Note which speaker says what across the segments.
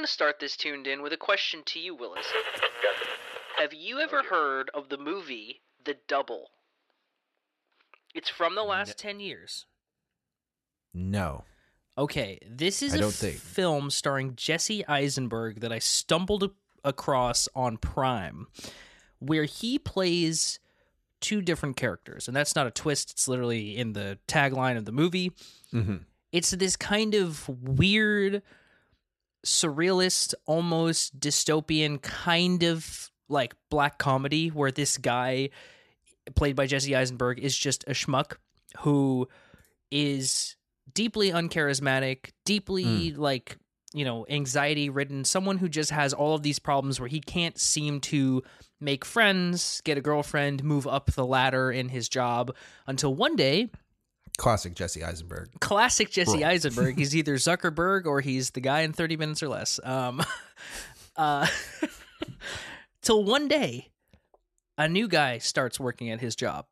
Speaker 1: to start this tuned in with a question to you, Willis. Have you ever heard of the movie The Double? It's from the last 10 years.
Speaker 2: No.
Speaker 1: Okay, this is
Speaker 2: I
Speaker 1: a
Speaker 2: don't think.
Speaker 1: film starring Jesse Eisenberg that I stumbled a- across on Prime, where he plays two different characters, and that's not a twist. It's literally in the tagline of the movie.
Speaker 2: Mhm.
Speaker 1: It's this kind of weird, surrealist, almost dystopian kind of like black comedy where this guy, played by Jesse Eisenberg, is just a schmuck who is deeply uncharismatic, deeply like, you know, anxiety ridden, someone who just has all of these problems where he can't seem to make friends, get a girlfriend, move up the ladder in his job until one day,
Speaker 2: Classic Jesse Eisenberg.
Speaker 1: classic Jesse
Speaker 2: Bro.
Speaker 1: Eisenberg, he's either Zuckerberg or he's the guy in 30 minutes or less. Um uh till one day a new guy starts working at his job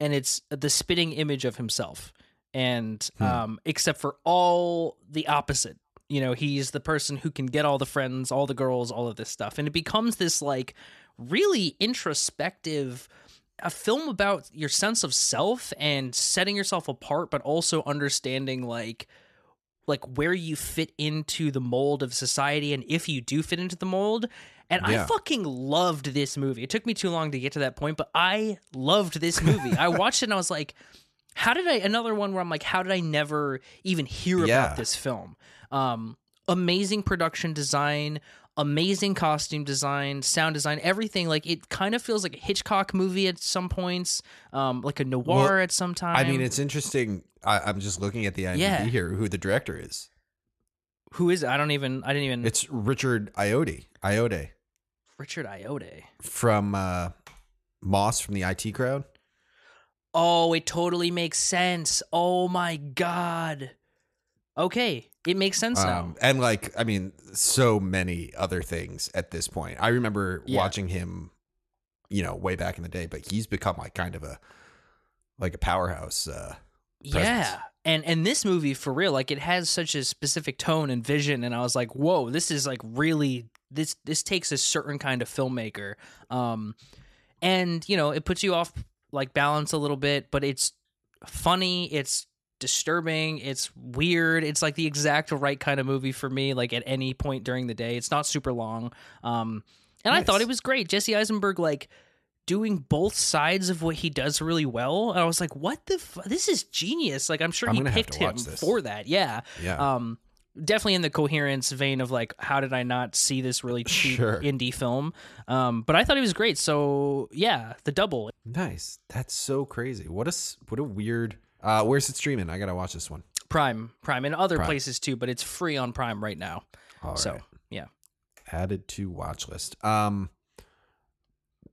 Speaker 1: and it's the spitting image of himself and um except for all the opposite you know he's the person who can get all the friends all the girls all of this stuff and it becomes this like really introspective a film about your sense of self and setting yourself apart but also understanding like like where you fit into the mold of society and if you do fit into the mold and i
Speaker 2: Yeah.
Speaker 1: fucking loved this movie it took me too long to get to that point but i loved this movie i watched it and i was like how did i another one where i'm like how did i never even hear
Speaker 2: Yeah.
Speaker 1: about this film um amazing production design amazing costume design sound design everything like it kind of feels like a hitchcock movie at some points um like a noir
Speaker 2: Well,
Speaker 1: at some time
Speaker 2: I mean, it's interesting. I, I'm just looking at the IMDb
Speaker 1: Yeah.
Speaker 2: here. Who the director is?
Speaker 1: who is it? i don't even i didn't even
Speaker 2: It's Richard Iote. Iote
Speaker 1: richard iote
Speaker 2: from uh, Moss from the IT Crowd.
Speaker 1: Oh, it totally makes sense. Oh my god. Okay, it makes sense now.
Speaker 2: Um, and like, I mean, so many other things at this point. I remember
Speaker 1: Yeah.
Speaker 2: watching him, you know, way back in the day, but he's become like kind of a like a powerhouse. Uh,
Speaker 1: Yeah. And and this movie for real, like it has such a specific tone and vision and I was like, "Whoa, this is like really this this takes a certain kind of filmmaker." Um and, you know, it puts you off like balance a little bit, but it's funny, it's disturbing, it's weird. It's like the exact right kind of movie for me like at any point during the day. It's not super long. Um and I
Speaker 2: Nice.
Speaker 1: thought it was great. Jesse Eisenberg like doing both sides of what he does really well. And I was like, "What the f- this is genius." Like I'm sure
Speaker 2: I'm
Speaker 1: he
Speaker 2: gonna have to
Speaker 1: picked him
Speaker 2: watch this.
Speaker 1: for that. Yeah.
Speaker 2: yeah.
Speaker 1: Um definitely in the coherence vein of like how did I not see this really cheap
Speaker 2: Sure.
Speaker 1: indie film? Um but I thought it was great. So, yeah, the double.
Speaker 2: nice. That's so crazy. What a s- what a weird. Uh, where's it streaming? I gotta watch this one.
Speaker 1: Prime, Prime, and other
Speaker 2: Prime.
Speaker 1: places too, but it's free on Prime right now.
Speaker 2: All right.
Speaker 1: so yeah,
Speaker 2: added to watch list. Um,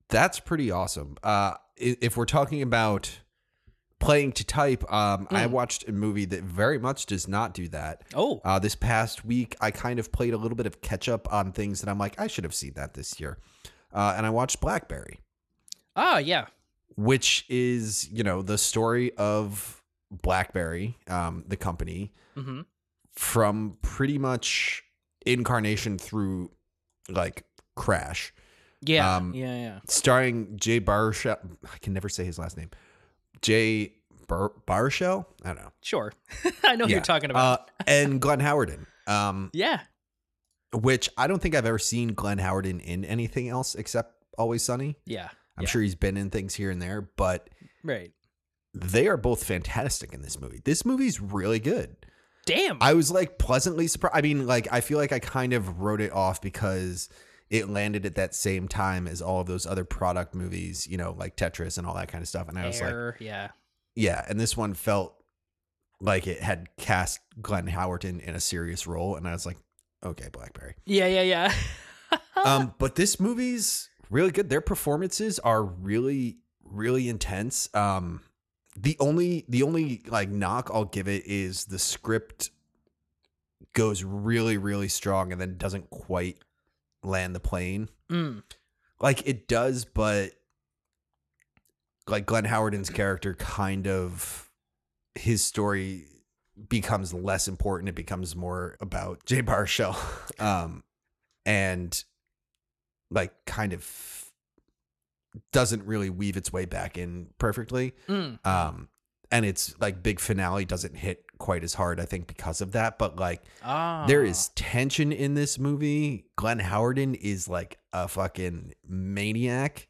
Speaker 2: that's pretty awesome. Uh, i- if we're talking about playing to type, um, I
Speaker 1: Mm.
Speaker 2: watched a movie that very much does not do that.
Speaker 1: oh
Speaker 2: Uh, this past week, I kind of played a little bit of catch up on things that I'm like, I should have seen that this year. Uh, and I watched Blackberry,
Speaker 1: ah yeah,
Speaker 2: which is you know the story of Blackberry, um, the company,
Speaker 1: hmm
Speaker 2: from pretty much incarnation through like crash.
Speaker 1: yeah,
Speaker 2: Um,
Speaker 1: yeah, yeah.
Speaker 2: starring Jay Baruchel. I can never say his last name. Jay Bar- Baruchel. I don't know.
Speaker 1: Sure, I know who
Speaker 2: Yeah.
Speaker 1: you're talking about.
Speaker 2: Uh, and Glenn Howerton, um,
Speaker 1: yeah,
Speaker 2: which I don't think I've ever seen Glenn Howerton in anything else except Always Sunny.
Speaker 1: yeah,
Speaker 2: I'm
Speaker 1: Yeah.
Speaker 2: sure he's been in things here and there, but
Speaker 1: right.
Speaker 2: they are both fantastic in this movie. This movie's really good.
Speaker 1: Damn.
Speaker 2: I was like pleasantly surprised. I mean, like I feel like I kind of wrote it off because it landed at that same time as all of those other product movies, you know, like Tetris and all that kind of stuff. And I was like,
Speaker 1: Air, yeah,
Speaker 2: Yeah, and this one felt like it had cast Glenn Howerton in a serious role, and I was like, okay, Blackberry.
Speaker 1: yeah, yeah, yeah.
Speaker 2: um, but this movie's really good. Their performances are really, really intense. Um, the only the only like knock I'll give it is the script goes really, really strong and then doesn't quite land the plane
Speaker 1: Mm.
Speaker 2: like it does but like glenn howerton's character kind of his story becomes less important. It becomes more about Jay Baruchel, um, and like kind of doesn't really weave its way back in perfectly.
Speaker 1: Mm.
Speaker 2: Um, and it's like big finale doesn't hit quite as hard, I think, because of that. But like
Speaker 1: Ah.
Speaker 2: there is tension in this movie. Glenn Howerton is like a fucking maniac.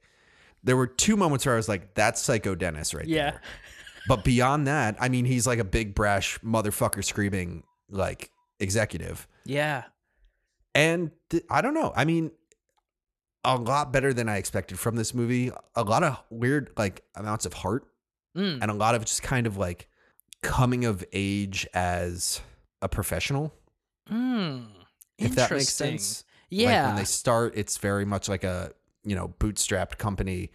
Speaker 2: There were two moments where I was like, that's Psycho Dennis right
Speaker 1: Yeah.
Speaker 2: there. But beyond that, I mean, he's like a big brash motherfucker screaming like executive.
Speaker 1: Yeah.
Speaker 2: And th- I don't know. I mean, a lot better than I expected from this movie. A lot of weird like amounts of heart
Speaker 1: Mm.
Speaker 2: and a lot of just kind of like coming of age as a professional,
Speaker 1: Mm.
Speaker 2: if that makes
Speaker 1: Interesting.
Speaker 2: sense. Like
Speaker 1: Yeah.
Speaker 2: when they start, it's very much like a, you know, bootstrapped company.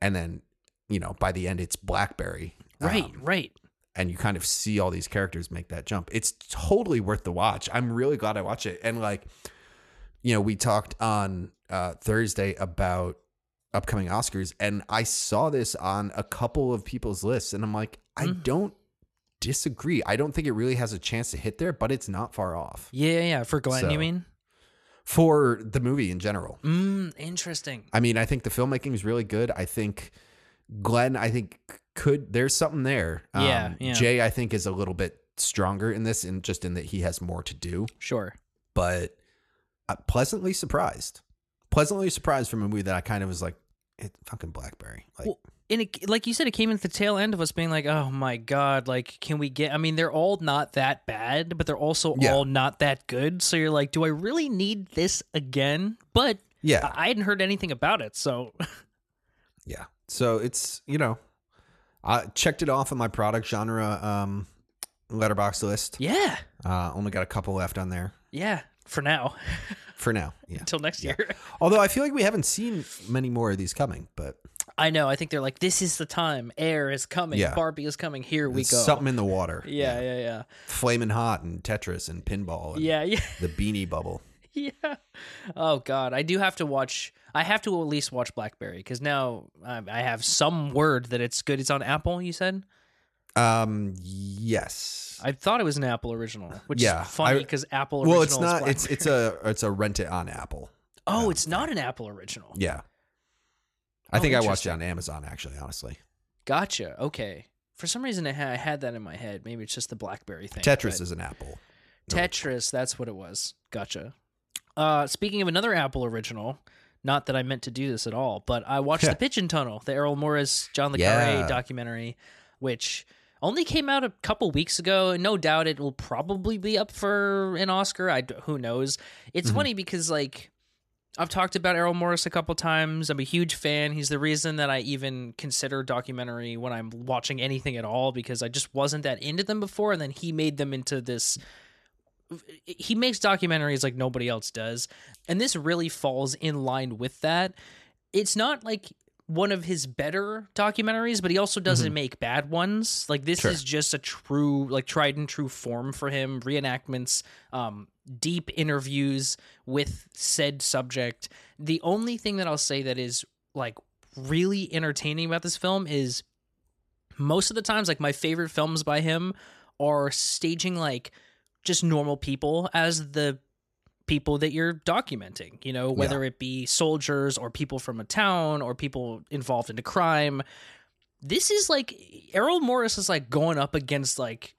Speaker 2: And then, you know, by the end, it's Blackberry.
Speaker 1: right.
Speaker 2: Um,
Speaker 1: right.
Speaker 2: And you kind of see all these characters make that jump. It's totally worth the watch. I'm really glad I watched it. And like, you know, we talked on uh, Thursday about upcoming Oscars, and I saw this on a couple of people's lists, and I'm like, I
Speaker 1: Mhm.
Speaker 2: don't disagree. I don't think it really has a chance to hit there, but it's not far off
Speaker 1: Yeah. Yeah. yeah. For Glenn,
Speaker 2: So-
Speaker 1: you mean?
Speaker 2: for the movie in general.
Speaker 1: Mm. Interesting.
Speaker 2: I mean, I think the filmmaking is really good. I think Glenn, I think could there's something there. Um,
Speaker 1: Yeah, yeah.
Speaker 2: Jay, I think is a little bit stronger in this, and just in that he has more to do.
Speaker 1: Sure.
Speaker 2: But uh, pleasantly surprised, pleasantly surprised from a movie that I kind of was like, it fucking BlackBerry. Like,
Speaker 1: Well, and it, like you said, it came at the tail end of us being like, "Oh my god!" Like, can we get? I mean, they're all not that bad, but they're also
Speaker 2: Yeah.
Speaker 1: all not that good. So you're like, "Do I really need this again?" But
Speaker 2: yeah,
Speaker 1: I I hadn't heard anything about it, so
Speaker 2: yeah. So it's you know, I checked it off on my product genre um, letterbox list.
Speaker 1: yeah,
Speaker 2: Uh, only got a couple left on there
Speaker 1: yeah. For now,
Speaker 2: for now. Yeah.
Speaker 1: until next
Speaker 2: Yeah.
Speaker 1: year,
Speaker 2: Although I feel like we haven't seen many more of these coming, but.
Speaker 1: I know. I think they're like, "This is the time. Air is coming.
Speaker 2: Yeah.
Speaker 1: Barbie is coming. Here we
Speaker 2: It's
Speaker 1: go."
Speaker 2: Something in the water.
Speaker 1: yeah, yeah, yeah,
Speaker 2: Flaming hot and Tetris and pinball and
Speaker 1: yeah, yeah.
Speaker 2: the beanie bubble.
Speaker 1: yeah. Oh God, I do have to watch. I have to at least watch BlackBerry because now um, I have some word that it's good. It's on Apple. You said
Speaker 2: Um yes.
Speaker 1: I thought it was an Apple original, which
Speaker 2: Yeah,
Speaker 1: is funny
Speaker 2: I-
Speaker 1: because Apple. Original
Speaker 2: well, it's
Speaker 1: is
Speaker 2: not
Speaker 1: Black-
Speaker 2: it's it's a it's a rent it on Apple.
Speaker 1: oh, it's not an Apple original.
Speaker 2: Yeah. I
Speaker 1: Oh,
Speaker 2: think I watched it on Amazon actually, honestly.
Speaker 1: Gotcha. Okay. For some reason, I, ha- I had that in my head. Maybe it's just the BlackBerry thing.
Speaker 2: Tetris
Speaker 1: but-
Speaker 2: is an Apple.
Speaker 1: Tetris. That's what it was. Gotcha. Uh, speaking of another Apple original, not that I meant to do this at all, but I watched
Speaker 2: Yeah.
Speaker 1: The Pigeon Tunnel, the Errol Morris, John le Carre
Speaker 2: Yeah.
Speaker 1: documentary, which only came out a couple weeks ago. No doubt it will probably be up for an Oscar. I d- who knows. It's
Speaker 2: Mhm.
Speaker 1: funny because like I've talked about Errol Morris a couple times. I'm a huge fan. He's the reason that I even consider documentary when I'm watching anything at all because I just wasn't that into them before and then he made them into this he makes documentaries like nobody else does and this really falls in line with that it's not like one of his better documentaries but he also doesn't make bad ones like this
Speaker 2: Sure.
Speaker 1: is just a true like tried and true form for him reenactments um deep interviews with said subject the only thing that i'll say that is like really entertaining about this film is most of the times like my favorite films by him are staging like just normal people as the people that you're documenting you know whether it be soldiers or people from a town or people involved in a crime this is like errol morris is like going up against like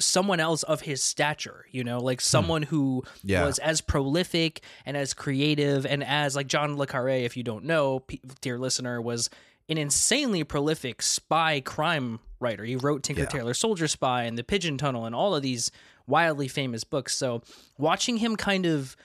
Speaker 1: someone else of his stature you know like someone who
Speaker 2: Yeah.
Speaker 1: was as prolific and as creative and as like John le Carre, if you don't know, pe- dear listener, was an insanely prolific spy crime writer. He wrote Tinker
Speaker 2: Yeah.
Speaker 1: Tailor Soldier Spy and The Pigeon Tunnel and all of these wildly famous books. So watching him kind of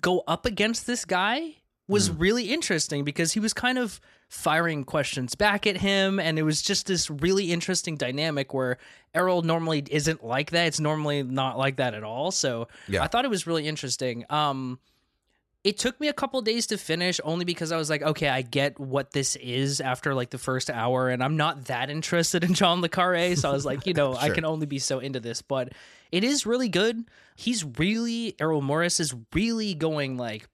Speaker 1: go up against this guy was
Speaker 2: Hmm.
Speaker 1: really interesting because he was kind of firing questions back at him and it was just this really interesting dynamic where Errol normally isn't like that. It's normally not like that at all. So
Speaker 2: Yeah.
Speaker 1: I thought it was really interesting. Um it took me a couple days to finish only because I was like, okay, I get what this is after like the first hour, and I'm not that interested in John Le Carre. So I was like, you know, I
Speaker 2: Sure.
Speaker 1: can only be so into this, but it is really good. He's really, Errol Morris is really going like,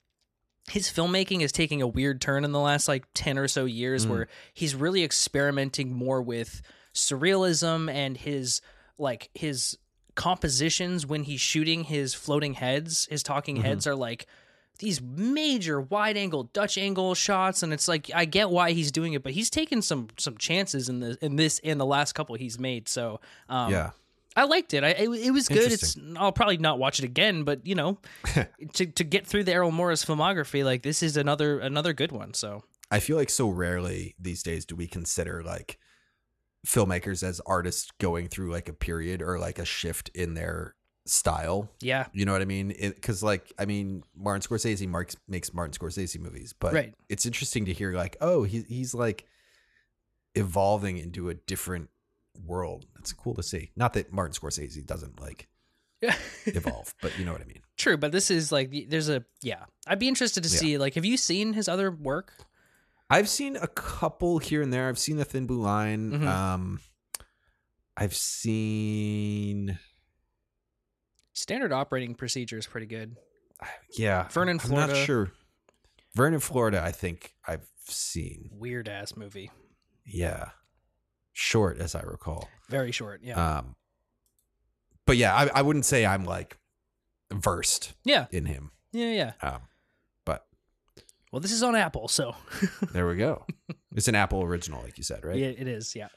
Speaker 1: his filmmaking is taking a weird turn in the last like 10 or so years
Speaker 2: Mm.
Speaker 1: where he's really experimenting more with surrealism and his like his compositions when he's shooting his floating heads, his talking
Speaker 2: Mhm.
Speaker 1: heads are like these major wide angle Dutch angle shots, and it's like I get why he's doing it, but he's taken some some chances in the in this in the last couple he's made. So um,
Speaker 2: yeah.
Speaker 1: I liked it. I it, it was good. It's I'll probably not watch it again, but you know, to to get through the Errol Morris filmography, like this is another another good one. So
Speaker 2: I feel like so rarely these days do we consider like filmmakers as artists going through like a period or like a shift in their style.
Speaker 1: yeah,
Speaker 2: You know what I mean? Because like I mean, Martin Scorsese marks, makes Martin Scorsese movies, but
Speaker 1: right.
Speaker 2: it's interesting to hear like, oh, he, he's like evolving into a different world. It's cool to see. Not that Martin Scorsese doesn't like
Speaker 1: Yeah.
Speaker 2: evolve, but you know what I mean.
Speaker 1: True, but this is like the- there's a yeah. I'd be interested to
Speaker 2: Yeah.
Speaker 1: see like have you seen his other work?
Speaker 2: I've seen a couple here and there. I've seen the Thin Blue Line.
Speaker 1: Mhm.
Speaker 2: Um, I've seen
Speaker 1: Standard operating procedure is pretty good.
Speaker 2: yeah,
Speaker 1: Vernon,
Speaker 2: I'm
Speaker 1: Florida.
Speaker 2: not sure. Vernon, Florida. I think I've seen.
Speaker 1: Weird ass movie.
Speaker 2: Yeah, short as I recall.
Speaker 1: Very short. Yeah.
Speaker 2: Um, but yeah, I, I wouldn't say I'm like versed
Speaker 1: yeah.
Speaker 2: in him.
Speaker 1: Yeah. Yeah.
Speaker 2: Um, but
Speaker 1: Well, this is on Apple, so
Speaker 2: there we go. it's an Apple original, like you said, right?
Speaker 1: yeah, it is. Yeah.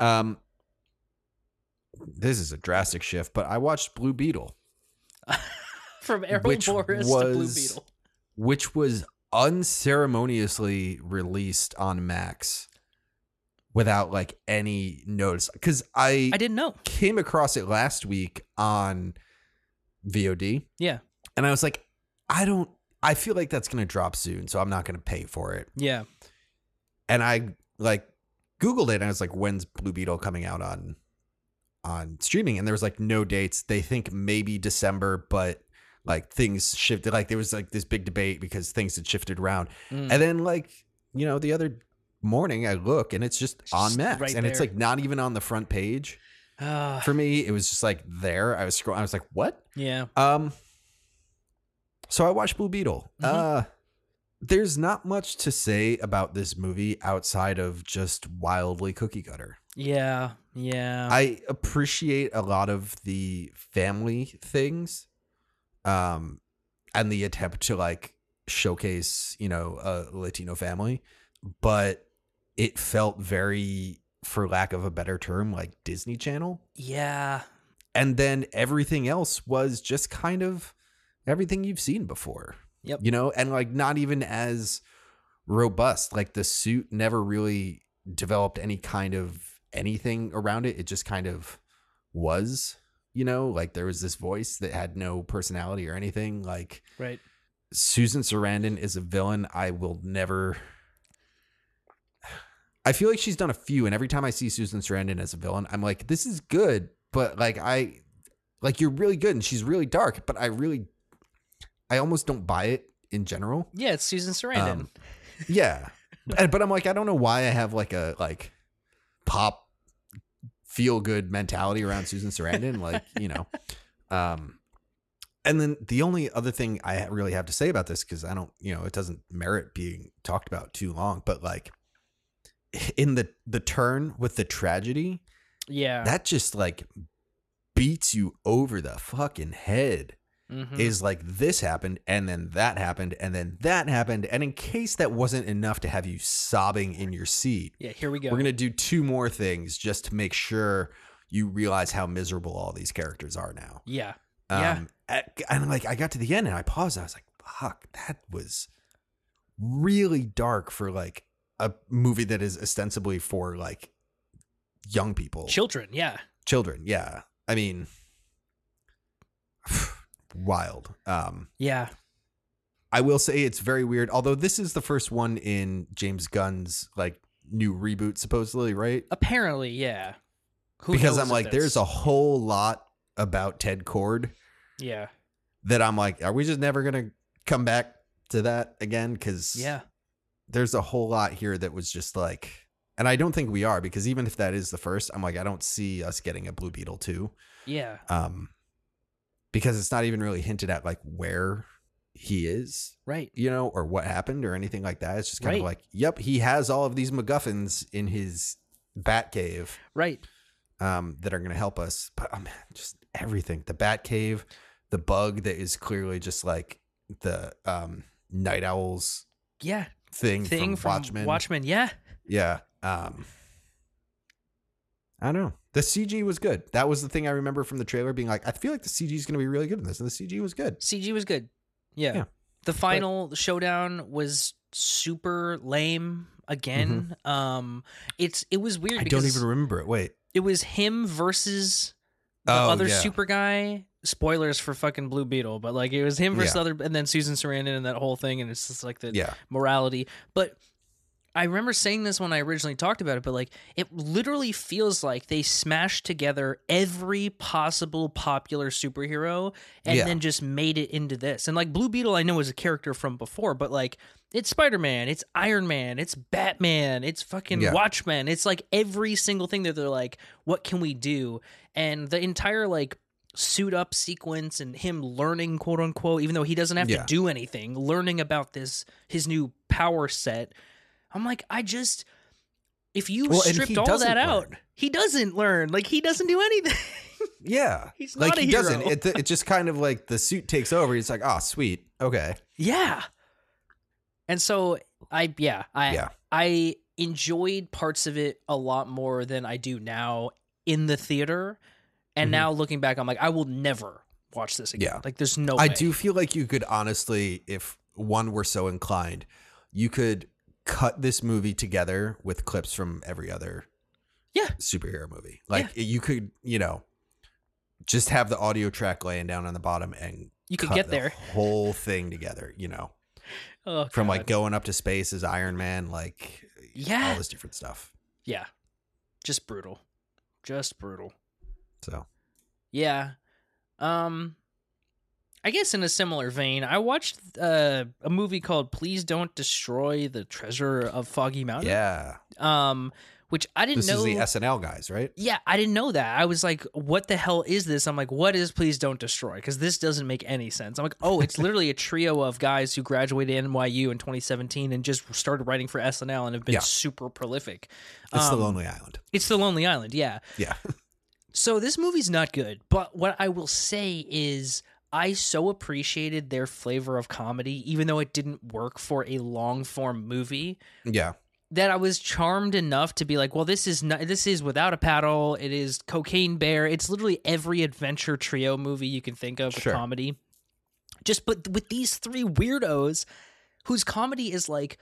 Speaker 2: Um, this is a drastic shift, but I watched Blue Beetle.
Speaker 1: From Errol
Speaker 2: Which
Speaker 1: Morris to Blue
Speaker 2: was-
Speaker 1: Beetle.
Speaker 2: which was unceremoniously released on Max without like any notice. Because I,
Speaker 1: I didn't know.
Speaker 2: came across it last week on VOD.
Speaker 1: Yeah.
Speaker 2: And I was like, I don't, I feel like that's going to drop soon. So I'm not going to pay for it.
Speaker 1: Yeah.
Speaker 2: And I like Googled it and I was like, when's Blue Beetle coming out on? on streaming and there was like no dates they think maybe december but like things shifted like there was like this big debate because things had shifted around
Speaker 1: Mm.
Speaker 2: and then like, you know, the other morning I look and it's just
Speaker 1: It's
Speaker 2: on
Speaker 1: just
Speaker 2: Max.
Speaker 1: right
Speaker 2: and it's
Speaker 1: there.
Speaker 2: like not even on the front page.
Speaker 1: Ah,
Speaker 2: For me, it was just like there. I was scrolling, I was like, what?
Speaker 1: yeah.
Speaker 2: Um so I watched Blue Beetle.
Speaker 1: Mhm.
Speaker 2: Uh there's not much to say about this movie outside of just wildly cookie cutter.
Speaker 1: Yeah. Yeah.
Speaker 2: I appreciate a lot of the family things, um, and the attempt to like showcase, you know, a Latino family, but it felt very, for lack of a better term, like Disney Channel.
Speaker 1: yeah.
Speaker 2: And then everything else was just kind of everything you've seen before.
Speaker 1: Yep.
Speaker 2: You know, and like not even as robust. Like the suit never really developed any kind of anything around it. It just kind of was, you know, like there was this voice that had no personality or anything. Like
Speaker 1: Right.
Speaker 2: Susan Sarandon is a villain I will never. I feel like she's done a few, and every time I see Susan Sarandon as a villain, I'm like, this is good, but like I, like you're really good, and she's really dark, but I really, I almost don't buy it in general.
Speaker 1: Yeah. It's Susan Sarandon.
Speaker 2: Um, Yeah, but, but I'm like, I don't know why I have like a like pop feel good mentality around Susan Sarandon, like you know. Um, and then the only other thing I really have to say about this because I don't, you know, it doesn't merit being talked about too long, but like in the the turn with the tragedy,
Speaker 1: yeah.
Speaker 2: that just like beats you over the fucking head
Speaker 1: Mhm.
Speaker 2: is like this happened and then that happened and then that happened and in case that wasn't enough to have you sobbing in your seat
Speaker 1: yeah. Here we go.
Speaker 2: we're going to do two more things just to make sure you realize how miserable all these characters are now
Speaker 1: yeah. Yeah.
Speaker 2: and- and like i got to the end and i paused and i was like fuck that was really dark for like a movie that is ostensibly for like young people
Speaker 1: Children. Yeah.
Speaker 2: children yeah i mean wild um
Speaker 1: Yeah.
Speaker 2: I will say it's very weird. Although this is the first one in James Gunn's like new reboot, supposedly, right?
Speaker 1: Apparently, yeah. Who
Speaker 2: because
Speaker 1: knows
Speaker 2: I'm
Speaker 1: if
Speaker 2: like,
Speaker 1: that's-
Speaker 2: there's a whole lot about Ted Cord
Speaker 1: yeah,
Speaker 2: that I'm like, are we just never gonna come back to that again? Because
Speaker 1: yeah,
Speaker 2: there's a whole lot here that was just like, and I don't think we are because even if that is the first, I'm like, I don't see us getting a Blue Beetle too,
Speaker 1: yeah,
Speaker 2: um, because it's not even really hinted at like where he is
Speaker 1: right,
Speaker 2: you know, or what happened or anything like that. It's just kind of
Speaker 1: Right.
Speaker 2: like, yep, he has all of these MacGuffins in his bat cave.
Speaker 1: right.
Speaker 2: um, that are going to help us. But um, just everything the Bat Cave, the bug that is clearly just like the um, Night Owl's
Speaker 1: Yeah,
Speaker 2: thing,
Speaker 1: thing
Speaker 2: from,
Speaker 1: from
Speaker 2: Watchmen.
Speaker 1: Watchmen. Yeah,
Speaker 2: Yeah. Um, I don't know. The CG was good. That was the thing I remember from the trailer being like, I feel like the CG is going to be really good in this. And the CG was good.
Speaker 1: CG was good. Yeah,
Speaker 2: Yeah.
Speaker 1: the final showdown was super lame again. Um, it's it was weird.
Speaker 2: Mm-hmm. I
Speaker 1: because
Speaker 2: don't even remember it. Wait.
Speaker 1: It was him versus the
Speaker 2: Oh,
Speaker 1: other
Speaker 2: yeah.
Speaker 1: super guy. Spoilers for fucking Blue Beetle, but like it was him versus
Speaker 2: Yeah.
Speaker 1: the other, and then Susan Sarandon and that whole thing, and it's just like the
Speaker 2: Yeah.
Speaker 1: morality. But I remember saying this when I originally talked about it, but like it literally feels like they smashed together every possible popular superhero and
Speaker 2: Yeah.
Speaker 1: then just made it into this. And like Blue Beetle, I know is a character from before, but like it's Spider Man, it's Iron Man, it's Batman, it's fucking
Speaker 2: Yeah.
Speaker 1: Watchmen. It's like every single thing that they're like, what can we do? And the entire like suit up sequence and him learning, quote unquote, even though he doesn't have
Speaker 2: Yeah.
Speaker 1: to do anything, learning about this, his new power set. I'm like, I just, if you
Speaker 2: Well, and
Speaker 1: stripped
Speaker 2: he
Speaker 1: all
Speaker 2: doesn't
Speaker 1: that out,
Speaker 2: learn.
Speaker 1: he doesn't learn. Like, he doesn't do anything.
Speaker 2: Yeah.
Speaker 1: He's
Speaker 2: like
Speaker 1: not a
Speaker 2: he
Speaker 1: hero.
Speaker 2: doesn't. It, it just kind of like the suit takes over. He's like, oh, sweet. Okay.
Speaker 1: Yeah. And so I yeah, I
Speaker 2: Yeah.
Speaker 1: I enjoyed parts of it a lot more than I do now in the theater. And
Speaker 2: Mhm.
Speaker 1: now looking back, I'm like, I will never watch this again.
Speaker 2: Yeah.
Speaker 1: Like there's no
Speaker 2: I
Speaker 1: way.
Speaker 2: do feel like you could honestly, if one were so inclined, you could cut this movie together with clips from every other
Speaker 1: Yeah.
Speaker 2: superhero movie. Like you could, you know, just have the audio track laying down on the bottom and
Speaker 1: You could
Speaker 2: cut
Speaker 1: get
Speaker 2: the
Speaker 1: there.
Speaker 2: whole thing together, you know,
Speaker 1: Oh,
Speaker 2: from like
Speaker 1: God.
Speaker 2: going up to space as Iron Man, like all
Speaker 1: Yeah.
Speaker 2: this different stuff.
Speaker 1: Yeah. Just brutal. Just brutal.
Speaker 2: So
Speaker 1: Yeah. Um I guess in a similar vein, I watched uh, a movie called Please Don't Destroy the Treasure of Foggy Mountain.
Speaker 2: yeah,
Speaker 1: Um which I didn't
Speaker 2: this
Speaker 1: know
Speaker 2: is the SNL guys, right?
Speaker 1: Yeah, I didn't know that. I was like, what the hell is this? I'm like, what is Please Don't Destroy? Because this doesn't make any sense. I'm like, oh, it's literally a trio of guys who graduated NYU in 2017 and just started writing for SNL and have been
Speaker 2: Yeah.
Speaker 1: super prolific.
Speaker 2: It's the
Speaker 1: Um,
Speaker 2: Lonely Island.
Speaker 1: It's The Lonely Island, yeah.
Speaker 2: Yeah.
Speaker 1: So this movie's not good, but what I will say is I so appreciated their flavor of comedy, even though it didn't work for a long form movie
Speaker 2: Yeah,
Speaker 1: that I was charmed enough to be like, well, this is not, this is without a paddle. It is Cocaine Bear. It's literally every adventure trio movie you can think of with
Speaker 2: Sure.
Speaker 1: comedy. Just but with these three weirdos, whose comedy is like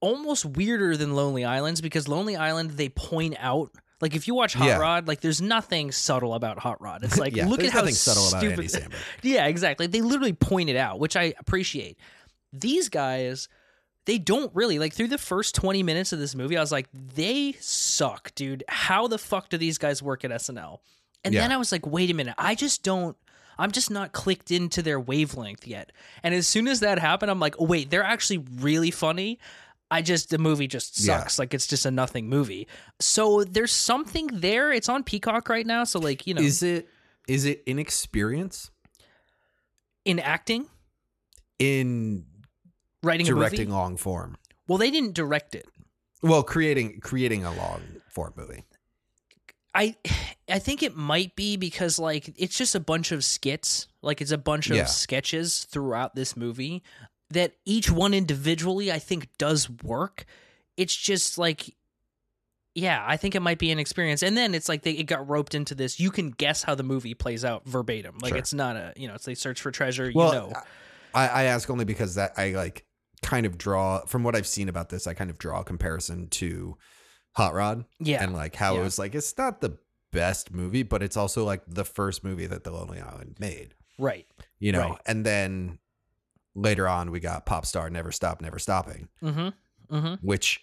Speaker 1: almost weirder than Lonely Islands because Lonely Island they point out. Like if you watch Hot
Speaker 2: Yeah.
Speaker 1: Rod, like there's nothing subtle about Hot Rod. It's like
Speaker 2: yeah.
Speaker 1: look
Speaker 2: There's
Speaker 1: at how
Speaker 2: nothing subtle about
Speaker 1: stupid
Speaker 2: Andy Samberg.
Speaker 1: yeah, exactly. They literally point it out, which I appreciate. These guys, they don't really like through the first 20 minutes of this movie, I was like, they suck, dude. How the fuck do these guys work at SNL? And then
Speaker 2: Yeah.
Speaker 1: I was like, wait a minute, I just don't I'm just not clicked into their wavelength yet. And as soon as that happened, I'm like, oh wait, they're actually really funny. I just the movie just
Speaker 2: Yeah.
Speaker 1: sucks. Like it's just a nothing movie. So there's something there. It's on Peacock right now. So like, you know,
Speaker 2: Is it is it inexperience
Speaker 1: in acting,
Speaker 2: in
Speaker 1: writing a movie.
Speaker 2: directing long form?
Speaker 1: Well, they didn't direct it.
Speaker 2: Well, creating creating a long form movie.
Speaker 1: I I think it might be because like it's just a bunch of skits. Like it's a bunch of
Speaker 2: Yeah.
Speaker 1: sketches throughout this movie that each one individually I think does work. It's just like yeah, I think it might be an experience. And then it's like they it got roped into this. You can guess how the movie plays out verbatim. Like
Speaker 2: Sure.
Speaker 1: it's not a you know, it's they search for treasure,
Speaker 2: Well, uh,
Speaker 1: you know.
Speaker 2: I, I ask only because that I like kind of draw from what I've seen about this. I kind of draw a comparison to Hot Rod
Speaker 1: yeah.
Speaker 2: and like how
Speaker 1: Yeah.
Speaker 2: it was like it's not the best movie, but it's also like the first movie that The Lonely Island made.
Speaker 1: right.
Speaker 2: You know,
Speaker 1: Right.
Speaker 2: and then later on we got Pop Star Never Stop Never Stopping,
Speaker 1: Mm-hmm. Mm-hmm.
Speaker 2: which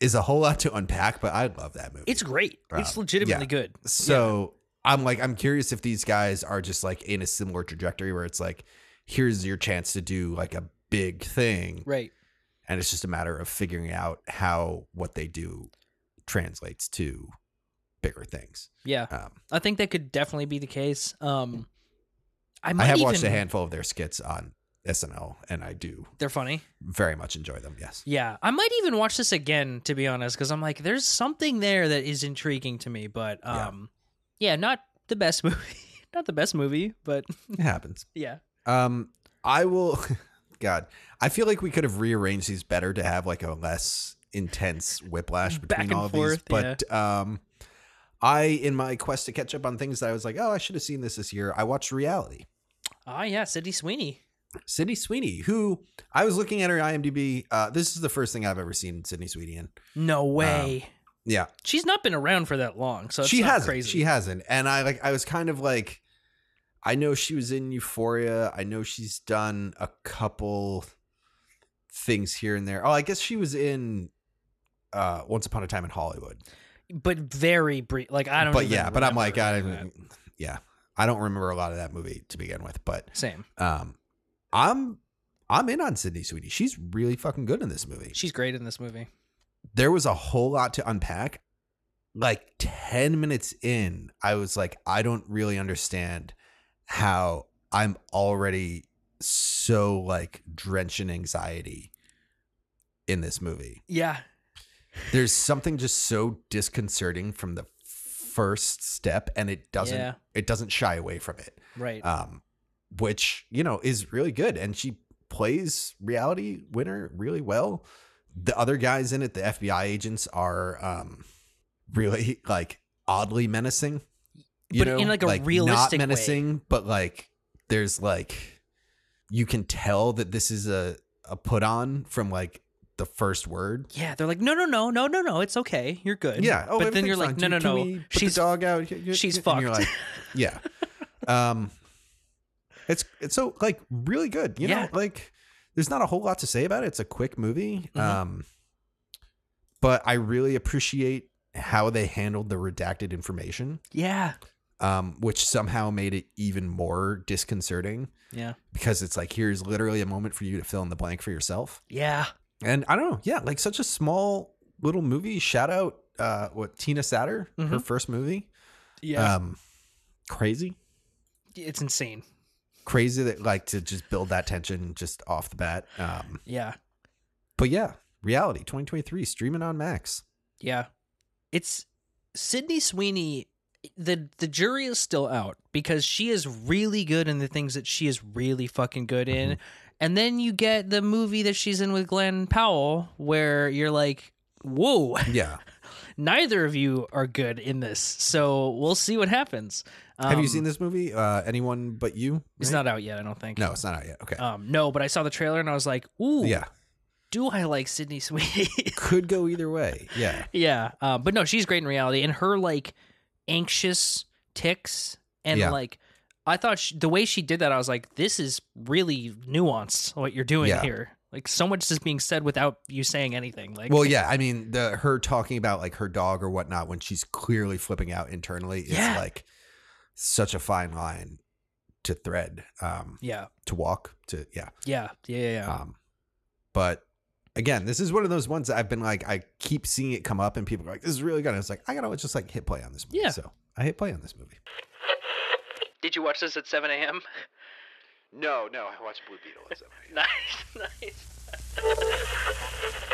Speaker 2: is a whole lot to unpack, but I love that movie.
Speaker 1: It's great.
Speaker 2: Wow.
Speaker 1: It's legitimately
Speaker 2: Um, Yeah.
Speaker 1: good.
Speaker 2: So I'm like, I'm curious if these guys are just like in a similar trajectory where it's like, here's your chance to do like a big thing.
Speaker 1: Right.
Speaker 2: And it's just a matter of figuring out how what they do translates to bigger things.
Speaker 1: Yeah.
Speaker 2: Um,
Speaker 1: I think that could definitely be the case. Um, I, might
Speaker 2: I have
Speaker 1: even,
Speaker 2: watched a handful of their skits on SNL, and I do
Speaker 1: They're funny.
Speaker 2: very much enjoy them. Yes.
Speaker 1: Yeah, I might even watch this again to be honest, because I'm like, there's something there that is intriguing to me. But
Speaker 2: Yeah.
Speaker 1: um, yeah, not the best movie, not the best movie, but
Speaker 2: It happens.
Speaker 1: yeah,
Speaker 2: Um, I will. God, I feel like we could have rearranged these better to have like a less intense whiplash
Speaker 1: Back
Speaker 2: between
Speaker 1: and
Speaker 2: all of
Speaker 1: forth,
Speaker 2: these. But um, I, in my quest to catch up on things that I was like, oh, I should have seen this this year. I watched Reality.
Speaker 1: ah, yeah, Sidney Sweeney.
Speaker 2: Sydney Sweeney, who I was looking at her IMDb. Uh, this is the first thing I've ever seen Sydney Sweeney in.
Speaker 1: No way.
Speaker 2: Yeah,
Speaker 1: She's not been around for that long, so it's
Speaker 2: she
Speaker 1: not
Speaker 2: hasn't.
Speaker 1: Crazy.
Speaker 2: She hasn't. And I like. I was kind of like, I know she was in Euphoria. I know she's done a couple things here and there. Oh, I guess she was in uh Once Upon a Time in Hollywood.
Speaker 1: but very brief. Like I don't.
Speaker 2: But
Speaker 1: even
Speaker 2: yeah, but I'm like, I
Speaker 1: remember that.
Speaker 2: yeah, I don't remember a lot of that movie to begin with. But
Speaker 1: same.
Speaker 2: um, I'm. I'm in on Sydney Sweeney. She's really fucking good in this movie.
Speaker 1: She's great in this movie.
Speaker 2: there was a whole lot to unpack. Like 10 minutes in, I was like, I don't really understand how I'm already so like drenched in anxiety in this movie.
Speaker 1: Yeah,
Speaker 2: There's something just so disconcerting from the first step and it doesn't
Speaker 1: Yeah.
Speaker 2: it doesn't shy away from it.
Speaker 1: right.
Speaker 2: Um which, you know, is really good and she plays reality winner really well the other guys in it, the FBI agents, are um, really like oddly menacing. You
Speaker 1: But
Speaker 2: know,
Speaker 1: in, like, a realistic way.
Speaker 2: not menacing, but like there's like you can tell that this is a a put on from like the first word.
Speaker 1: yeah, they're like, no, no, no, no, no, no. It's okay. You're good.
Speaker 2: Yeah. Oh,
Speaker 1: but then
Speaker 2: everything's
Speaker 1: you're like,
Speaker 2: fine.
Speaker 1: no, no,
Speaker 2: Can- can
Speaker 1: no.
Speaker 2: we put the
Speaker 1: She's
Speaker 2: dog out. Y- y-
Speaker 1: she's
Speaker 2: and you're
Speaker 1: fucked.
Speaker 2: like, yeah. Um, it's it's so like really good. You
Speaker 1: Yeah.
Speaker 2: know, like there's not a whole lot to say about it. It's a quick movie.
Speaker 1: Mhm.
Speaker 2: Um, but I really appreciate how they handled the redacted information,
Speaker 1: yeah,
Speaker 2: um, which somehow made it even more disconcerting
Speaker 1: yeah,
Speaker 2: because it's like here's literally a moment for you to fill in the blank for yourself.
Speaker 1: yeah.
Speaker 2: And I don't know, yeah, like such a small little movie. Shout out, uh, what Tina Satter, her
Speaker 1: Mhm.
Speaker 2: first movie.
Speaker 1: Yeah,
Speaker 2: Um, crazy,
Speaker 1: it's insane.
Speaker 2: crazy that like to just build that tension just off the bat. Um,
Speaker 1: Yeah,
Speaker 2: but yeah, reality 2023 streaming on Max.
Speaker 1: yeah. It's Sydney Sweeney. The the jury is still out because she is really good in the things that she is really fucking good in, and then you get the movie that she's in with Glenn Powell where you're like, whoa,
Speaker 2: Yeah,
Speaker 1: neither of you are good in this. So we'll see what happens. Um,
Speaker 2: have you seen this movie? Uh, anyone but you?
Speaker 1: It's
Speaker 2: right?
Speaker 1: not out yet, I don't think.
Speaker 2: No, it's not out yet. Okay.
Speaker 1: Um, no, but I saw the trailer and I was like, ooh,
Speaker 2: yeah,
Speaker 1: do I like Sydney Sweeney?
Speaker 2: could go either way. Yeah.
Speaker 1: yeah. Um, but no, she's great in reality. And her like anxious ticks and
Speaker 2: Yeah.
Speaker 1: like, I thought she, the way she did that, I was like, this is really nuanced what you're doing
Speaker 2: Yeah.
Speaker 1: here. Like so much is being said without you saying anything. Like,
Speaker 2: Well, yeah. I mean, the her talking about like her dog or whatnot when she's clearly flipping out internally is
Speaker 1: Yeah.
Speaker 2: like such a fine line to thread, um,
Speaker 1: yeah,
Speaker 2: to walk, to yeah.
Speaker 1: yeah, yeah, yeah. yeah.
Speaker 2: Um, but again, this is one of those ones that I've been like, I keep seeing it come up, and people are like, "This is really good." I was like, I gotta just like hit play on this movie.
Speaker 1: Yeah.
Speaker 2: So I hit play on this movie.
Speaker 1: Did you watch this at 7 a.m.?
Speaker 2: No, no, I watched Blue Beetle.
Speaker 1: nice, nice.